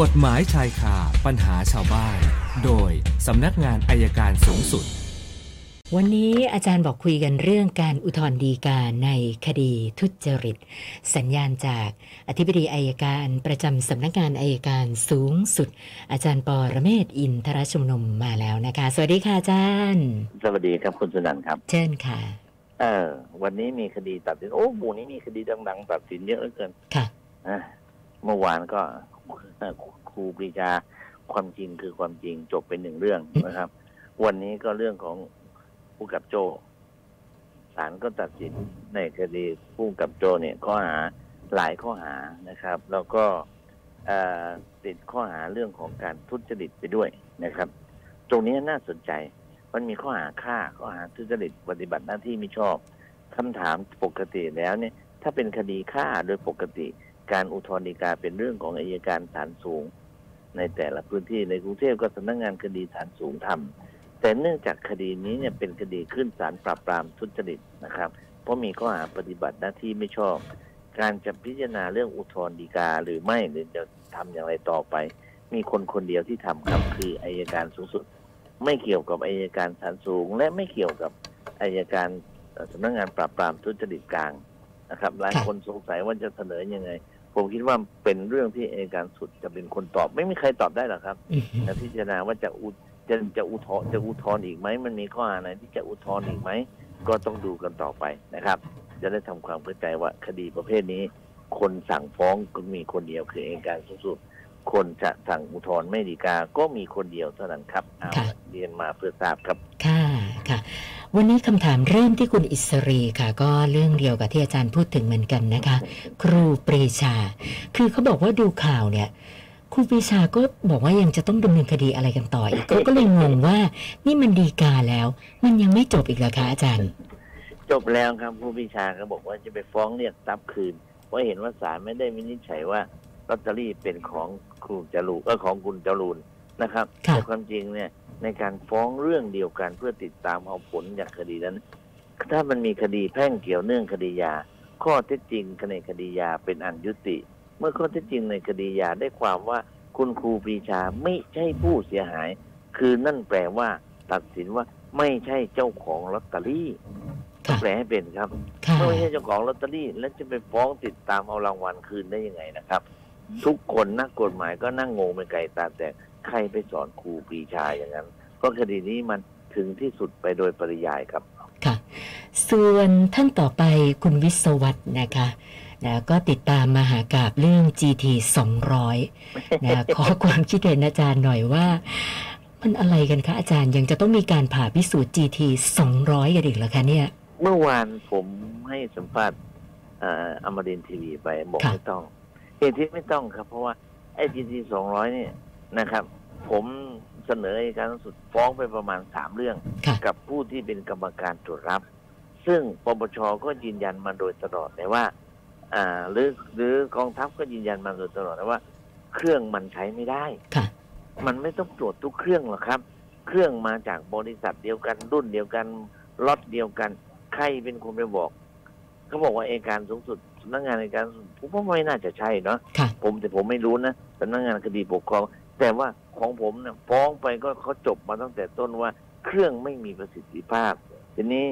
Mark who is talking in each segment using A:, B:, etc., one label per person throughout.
A: กฎหมายชายคาปัญหาชาวบ้าน โดยสำนักงานอายการสูงสุด
B: วันนี้อาจารย์บอกคุยกันเรื่องการอุทธรณ์ฎีกาในคดีทุจริต สัญญาณจากอธิบดีอายการประจำสำนักงานอายการสูงสุด อาจารย์ปอระเมศวร์อินทรชุมนุมมาแล้วนะคะ สวัสดีค่ะอาจารย์
C: สวัสดีครับคุณสุนันท์ครับ
B: เชิญค่ะ
C: เออ วันนี้มีคดีตัดสิน โอ้หมู่นี้มีคดีดังๆ ตัดสินเยอะเหลือเกิน
B: ค่ะ
C: อ่ะเมื่อวานก็ เอ่อครูปรีชาความจริงคือความจริงจบเป็นหนึ่งเรื่องนะครับ วันนี้ก็เรื่องของผู้กับโจศาลก็ตัดสินในคดีผู้กับโจเนี่ยข้อหาหลายข้อหานะครับ แล้วก็เอ่อติดข้อหาเรื่องของการทุจริตไปด้วยนะครับ ตรงนี้น่าสนใจ มันมีข้อหาฆ่าข้อหาทุจริตปฏิบัติหน้าที่มิชอบคำถามปกติแล้วเนี่ย ถ้าเป็นคดีฆ่าโดยปกติ การอุทธรณ์ฎีกาเป็นเรื่องของอายการศาลสูง ในแต่ละพื้นที่ในกรุงเทพก็สำนักงานคดีศาลสูงทำแต่เนื่องจากคดีนี้เนี่ยเป็นคดีขึ้นศาลปราบปรามทุจริตนะครับ เพราะมีข้อหาปฏิบัติหน้าที่ไม่ชอบ การจะพิจารณาเรื่องอุทธรณ์ฎีกาหรือไม่หรือจะทำอย่างไรต่อไป มีคนคนเดียวที่ทำครับคืออายการสูงสุด ไม่เกี่ยวกับอายการศาลสูง และไม่เกี่ยวกับอายการเอ่อสำนักงานปราบปรามทุจริตกลางนะครับหลาย
B: ค่ะ
C: คนสงสัยว่าจะเสนอยังไง ผมคิดว่าเป็นเรื่องที่อายการสุดจะเป็นคนตอบ ไม่มีใครตอบได้หรอกครับ
B: อืม
C: จะพิจารณาว่าจะอุทจะจะอุทธรณ์จะอุทธรณ์อีกไหมมันมีข้อหาไหนที่จะอุทธรณ์อีกไหมก็ต้องดูกันต่อไปนะครับ จะได้ทำความเข้าใจว่าคดีประเภทนี้ คนสั่งฟ้องก็มีคนเดียวคือเองการสูงสุด คนจะสั่งอุทธรณ์ไม่ดีกา ก็มีคนเดียวเท่านั้นครับเอาละเรียนมาเพื่อทราบครับ
B: ค่ะค่ะ วันนี้คำถามเริ่มที่คุณอิสรีค่ะ ก็เรื่องเดียวกับที่อาจารย์พูดถึงเหมือนกันนะคะ ครูปรีชา คือเขาบอกว่าดูข่าวเนี่ย ครูปรีชาก็บอกว่ายังจะต้องดำเนินคดีอะไรกันต่ออีก เขาก็เลยงงว่า นี่มันดีกาแล้ว มันยังไม่จบอีกเหรอคะอาจารย์
C: จบแล้วครับผู้พิชาก็บอกว่าจะไปฟ้องเรียกทรัพย์คืน เพราะเห็นว่าศาลไม่ได้วินิจฉัยว่าลอตเตอรี่เป็นของครูจรูนเออของคุณจรูนนะครับ
B: ค่ะ
C: แต่ความจริงเนี่ยในการฟ้องเรื่องเดียวกันเพื่อติดตามเอาผลจากคดีนั้น ถ้ามันมีคดีแพ่งเกี่ยวเนื่องคดียา ข้อเท็จจริงในคดียาเป็นอันยุติ เมื่อข้อเท็จจริงในคดียาได้ความว่าคุณครูปรีชาไม่ใช่ผู้เสียหาย คือนั่นแปลว่า ตัดสินว่าไม่ใช่เจ้าของลอตเตอรี่
B: ค่ะ
C: แปลให้เป็นครับ
B: ค่ะ
C: ไม่ใช่เจ้าของลอตเตอรี่แล้วจะไปฟ้องติดตามเอารางวัลคืนได้ยังไงนะครับ ทุกคนนักกฎหมายก็นั่งงงไปไกลตาแต่ใครไปสอนครูปรีชาอย่างนั้น เพราะคดีนี้มันถึงที่สุดไปโดยปริยายครับ
B: ค่ะ ส่วนท่านต่อไปคุณวิศวัตนะคะนะก็ติดตามมาหากาบเรื่อง GT 200นะ ขอความคิดเห็นอาจารย์หน่อยว่า มันอะไรกันคะอาจารย์ยังจะต้องมีการผ่าพิสูจน์ GT 200กันอีกเหรอคะเนี่ย
C: เมื่อวานผมให้สัมภาษณ์เอ่ออมรินทร์ทีวีไปบอก
B: ค่ะ
C: ไม่ต้องเหตุที่ไม่ต้องครับ เพราะว่าไอ้จีทีสองร้อยเนี่ยนะครับ ผมเสนออัยการสูงสุดฟ้องไปประมาณสามเรื่อง
B: ค่ะ
C: กับผู้ที่เป็นกรรมการตรวจรับ ซึ่งปปชก็ยืนยันมาโดยตลอดแต่ว่า อ่าหรือหรือกองทัพก็ยืนยันมาโดยตลอดนะว่า เครื่องมันใช้ไม่ได้
B: ค่ะ
C: มันไม่ต้องตรวจทุกเครื่องหรอกครับ เครื่องมาจากบริษัทเดียวกัน รุ่นเดียวกันล็อตเดียวกัน ใครเป็นคนไปบอกเขาบอกว่าเอยการสูงสุดสำนักงานเอยการสูงสุดผมว่าไม่น่าจะใช่เนาะ
B: ค่ะ
C: ผมแต่ผมไม่รู้นะสำนักงานคดีปกครอง แต่ว่าของผมเนี่ยฟ้องไปก็เขาจบมาตั้งแต่ต้นว่า เครื่องไม่มีประสิทธิภาพ ทีนี้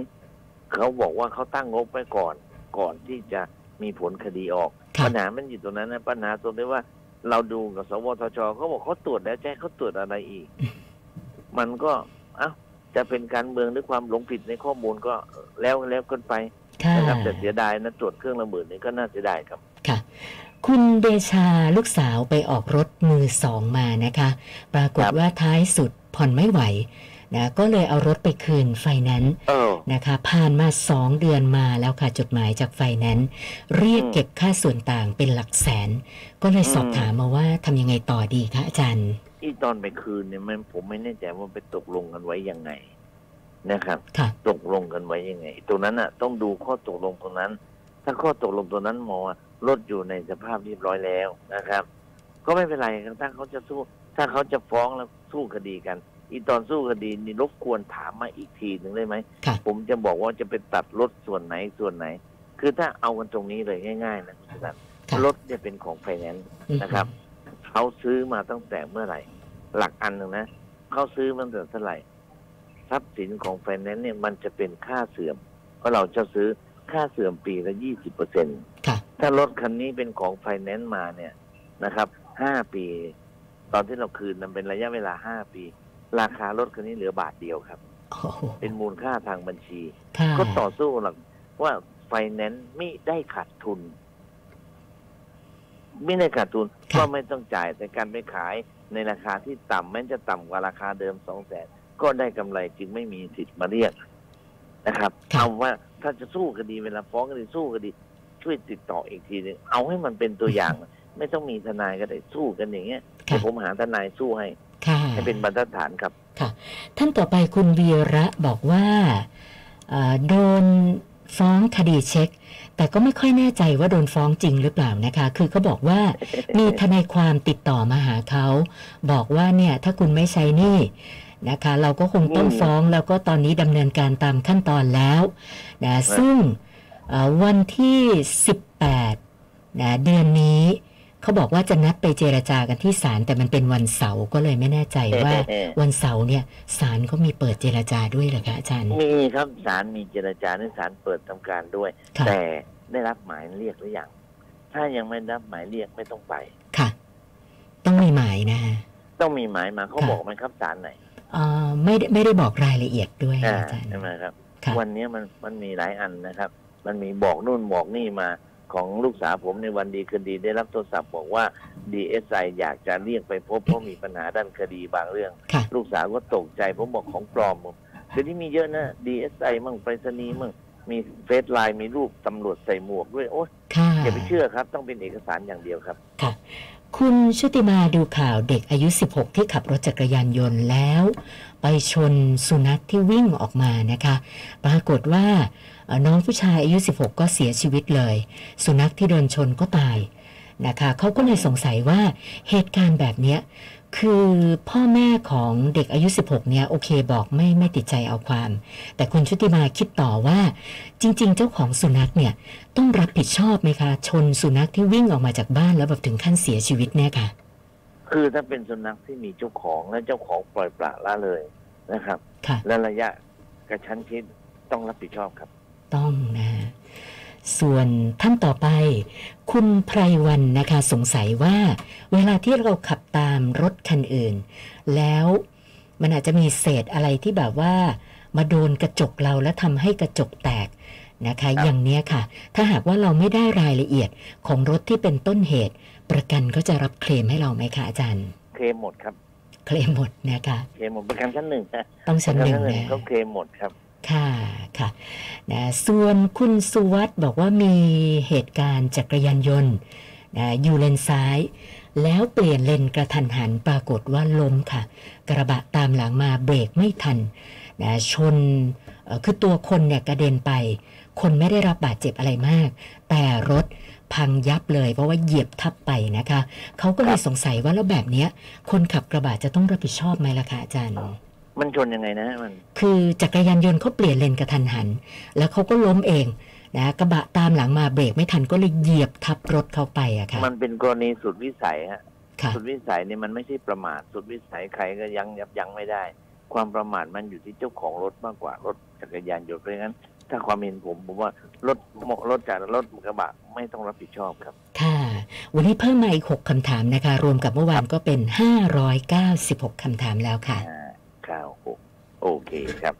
C: เขาบอกว่าเขาตั้งงบไว้ก่อน ก่อนที่จะมีผลคดีออก
B: ค่ะ
C: ปัญหามันอยู่ตรงนั้นนะปัญหาตรงที่ว่า เราดูกับสวทชเขาบอกเขาตรวจแล้วจะให้เขาตรวจอะไรอีก มันก็เอ้าจะเป็นการเมืองหรือความหลงผิดในข้อมูลก็แล้วแล้วกันไป
B: ค่ะ
C: นะครับแต่เสียดายนะตรวจเครื่องระเบิดนี่ก็น่าเสียดายครับ
B: ค่ะ คุณเดชาลูกสาวไปออกรถมือสองมานะคะ ปรากฏ
C: ครับ
B: ว่าท้ายสุดผ่อนไม่ไหวนะก็เลยเอารถไปคืนไฟแนนซ์
C: เออ
B: นะคะผ่านมา 2 เดือนมาแล้วค่ะ จดหมายจากไฟแนนซ์เรียก
C: อืม
B: เก็บค่าส่วนต่างเป็นหลักแสน ก็เลยสอบถามมาว่าทำยังไงต่อดีคะอาจารย์
C: ที่ตอนไปคืนเนี่ยมันผมไม่แน่ใจว่าไปตกลงกันไว้ยังไงนะครับ
B: ค่ะ
C: ตกลงกันไว้ยังไง ตรงนั้นน่ะต้องดูข้อตกลงตรงนั้น ถ้าข้อตกลงตรงนั้นมองว่ารถอยู่ในสภาพเรียบร้อยแล้วนะครับ ก็ไม่เป็นไรครับถ้าเขาจะสู้ ถ้าเขาจะฟ้องแล้วสู้คดีกัน อีตอนสู้คดีนี่รบกวนถามมาอีกทีหนึ่งได้ไหม
B: ค่ะ
C: ผมจะบอกว่าจะไปตัดรถส่วนไหนส่วนไหน คือถ้าเอากันตรงนี้เลยง่าย ๆ นะคุณสุนันท์
B: ค่ะ
C: รถเนี่ยเป็นของไฟแนนซ์
B: อืม
C: นะครับ ไฟ เขาซื้อมาตั้งแต่เมื่อไหร่ หลักอันหนึ่งนะเขาซื้อมาตั้งแต่เท่าไหร่ทรัพย์สินของไฟแนนซ์เนี่ยมันจะเป็นค่าเสื่อม เพราะเราจะซื้อค่าเสื่อมปีละยี่สิบเปอร์เซ็นต์
B: ค่ะ
C: ถ้ารถคันนี้เป็นของไฟแนนซ์มาเนี่ยนะครับห้าปี ตอนที่เราคืนมันเป็นระยะเวลาห้าปี ราคารถคันนี้เหลือบาทเดียวครับ
B: โอ้โห
C: เป็นมูลค่าทางบัญชี
B: ค่ะ
C: ก็ต่อสู้หลักว่าไฟแนนซ์ไม่ได้ขาดทุน ไม่ได้ขาดทุน ก็ไม่ต้องจ่ายแต่การไปขายในราคาที่ต่ำแม้จะต่ำกว่าราคาเดิมสองแสนก็ได้กำไรจึงไม่มีสิทธิ์มาเรียกนะครับเอาว่าถ้าจะสู้คดีเวลาฟ้องคดีสู้คดี ช่วยติดต่ออีกทีหนึ่งเอาให้มันเป็นตัว อย่าง ไม่ต้องมีทนายก็ได้สู้กันอย่างเงี้ยเดี๋ยวผมหาทนายสู้ให้
B: ค่ะ
C: ให้เป็นบรรทัดฐานครับ
B: ท่านต่อไปคุณวีระบอกว่าเอ่อโดนฟ้องคดีเช็ค แต่ก็ไม่ค่อยแน่ใจว่าโดนฟ้องจริงหรือเปล่านะคะ คือเขาบอกว่า มีทนายความติดต่อมาหาเขา บอกว่าเนี่ยถ้าคุณไม่ใช้หนี่นะคะ เราก็คงต้อง
C: อืม
B: ฟ้องแล้วก็ตอนนี้ดำเนินการตามขั้นตอนแล้วนะซึ่งเอ่อวันที่ 18นะเดือนนี้เขาบอกว่าจะนัดไปเจรจากันที่ศาลแต่มันเป็นวันเสาร์ก็เลยไม่แน่ใจว่า
C: เออ
B: วันเสาร์เนี่ยศาลเขามีเปิดเจรจาด้วยเหรอคะอาจารย์
C: มีครับศาลมีเจรจาในศาลเปิดทำการด้วย
B: ค่ะ
C: แต่ได้รับหมายเรียกหรือยังถ้ายังไม่ได้รับหมายเรียกไม่ต้องไป
B: ค่ะ ต้องมีหมายนะ
C: ต้องมีหมายมาเขาบอกไหมครับศาลไหน
B: เอ่อไม่ได้ไม่ได้บอกรายละเอียดด้วย
C: อ่า
B: อาจารย์
C: ใช่ไหมครับ
B: ค่ะ
C: วันนี้มันมันมีหลายอันนะครับ มันมีบอกนู่นบอกนี่มาของลูกสาวผมในวันดีคืนดีได้รับโทรศัพท์บอกว่าดีเอสไออยากจะเรียกไปพบเพราะมีปัญหาด้านคดีบางเรื่อง
B: ค่ะ
C: ลูกสาวก็ตกใจผมบอกของปลอมผมเดี๋ยวนี้มีเยอะนะดีเอสไอมั่งไปรษณีย์มั่งมีเฟซไลน์มีรูปตำรวจใส่หมวกด้วยโอ๊ย
B: ค่ะ
C: อย่าไปเชื่อครับ ต้องเป็นเอกสารอย่างเดียวครับ
B: คุณชุติมาดูข่าวเด็กอายุ 16 ที่ขับรถจักรยานยนต์แล้ว ไปชนสุนัขที่วิ่งออกมานะคะ ปรากฏว่าเอ่อน้องผู้ชายอายุ 16 ก็เสียชีวิตเลย สุนัขที่โดนชนก็ตายนะคะเขาก็เลยสงสัยว่าเหตุการณ์แบบเนี้ยคือพ่อแม่ของเด็กอายุ 16 เนี่ยโอเคบอกไม่ไม่ติดใจเอาความ แต่คุณชุติมาคิดต่อว่า จริง ๆ เจ้าของสุนัขเนี่ย ต้องรับผิดชอบไหมคะ ชนสุนัขที่วิ่งออกมาจากบ้านแล้วแบบถึงขั้นเสียชีวิตเนี่ยค่ะ
C: คือถ้าเป็นสุนัขที่มีเจ้าของและเจ้าของปล่อยปละละเลยนะครับ
B: ค่ะ
C: และระยะกระชั้นชิดต้องรับผิดชอบครับ
B: ต้องนะ ส่วนท่านต่อไป คุณไพรวันนะคะ สงสัยว่า เวลาที่เราขับตามรถคันอื่น แล้วมันอาจจะมีเศษอะไรที่แบบว่า มาโดนกระจกเราแล้วทำให้กระจกแตกนะคะ
C: ครับ
B: อย่างเนี้ยค่ะ ถ้าหากว่าเราไม่ได้รายละเอียดของรถที่เป็นต้นเหตุ ประกันก็จะรับเคลมให้เราไหมคะอาจารย์
C: เคลมหมดครับ
B: เคลมหมดนะคะ
C: เคลมหมดประกันชั้นหนึ่งนะ
B: ต้อง
C: ป
B: ชั้
C: ระ
B: น
C: กั
B: หนึ่ง
C: ชั้นหนึ่ง
B: นะ
C: เขาเคลมหมดครับ
B: ค่ะ ค่ะนะส่วนคุณสุวัสด์บอกว่ามีเหตุการณ์จักรยานยนต์นะอยู่เลนซ้าย แล้วเปลี่ยนเลนกระทันหันปรากฏว่าล้มค่ะ กระบะตามหลังมาเบรกไม่ทันนะชนเอ่อคือตัวคนเนี่ยกระเด็นไป คนไม่ได้รับบาดเจ็บอะไรมาก แต่รถพังยับเลยเพราะว่าเหยียบทับไปนะคะ เขาก็เลย
C: ครับ
B: สงสัยว่าแล้วแบบเนี้ย คนขับกระบะจะต้องรับผิดชอบไหมล่ะคะอาจารย์
C: มันชนยังไงนะมัน
B: คือจักรยานยนต์เขาเปลี่ยนเลนกระทันหัน แล้วเขาก็ล้มเองนะกระบะตามหลังมาเบรกไม่ทันก็เลยเหยียบทับรถเขาไปอะค่ะ
C: มันเป็นกรณีสุดวิสัยฮะ
B: ค่ะ
C: สุดวิสัยเนี่ยมันไม่ใช่ประมาทสุดวิสัยใครก็ยั้งยับยั้งไม่ได้ ความประมาทมันอยู่ที่เจ้าของรถมากกว่ารถจักรยานยนต์เพราะงั้น ถ้าความเห็นผมผมว่ารถรถจากรถกระบะไม่ต้องรับผิดชอบครับ
B: ค่ะ วันนี้เพิ่มมาอีก 6คำถามนะคะ รวมกับเมื่อวานก็เป็น 596คำถามแล้วค่ะ
C: ห้าเก้าหกโอเคครับ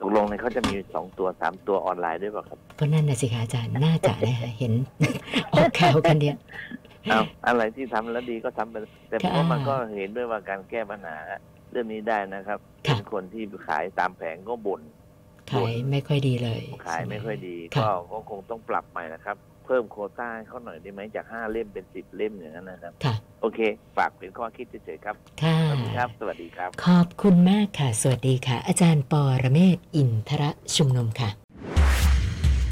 C: ตกลงเนี่ยเขาจะมีสองตัวสามตัวออนไลน์ด้วยเปล่ะครับ
B: ก็นั่นนะสิคะอาจารย์ น่าจะนะคะเห็น ออกข่าวกันเนี่ย
C: เอาอะไรที่ทำแล้วดีก็ทำไปแต่ผมว่า
B: ค่ะ
C: มันก็เห็นด้วยว่าการแก้ปัญหา เรื่องนี้ได้นะครับ
B: ค่ะ
C: เป็นคนที่ขายตามแผงก็บ่น
B: ขายไม่ค่อยดีเลย
C: ขายไม่ค่อยดี
B: ค่ะ
C: ก็ก็คงต้องปรับใหม่นะครับ เพิ่มโควต้าให้เขาหน่อยได้ไหมจากห้าเล่มเป็นสิบเล่มอย่างนั้นนะครับ
B: ค่ะ
C: โอเค ฝากเป็นข้อคิดเฉยๆครับ
B: ค่ะ
C: ขอบคุณครับ สวัสดีครับ
B: ขอบคุณมากค่ะ สวัสดีค่ะ อาจารย์ปอระเมศวร์อินทรชุมนุมค่ะ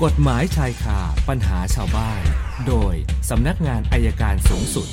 A: กฎหมายชายคาปัญหาชาวบ้าน โดยสำนักงานอายการสูงสุด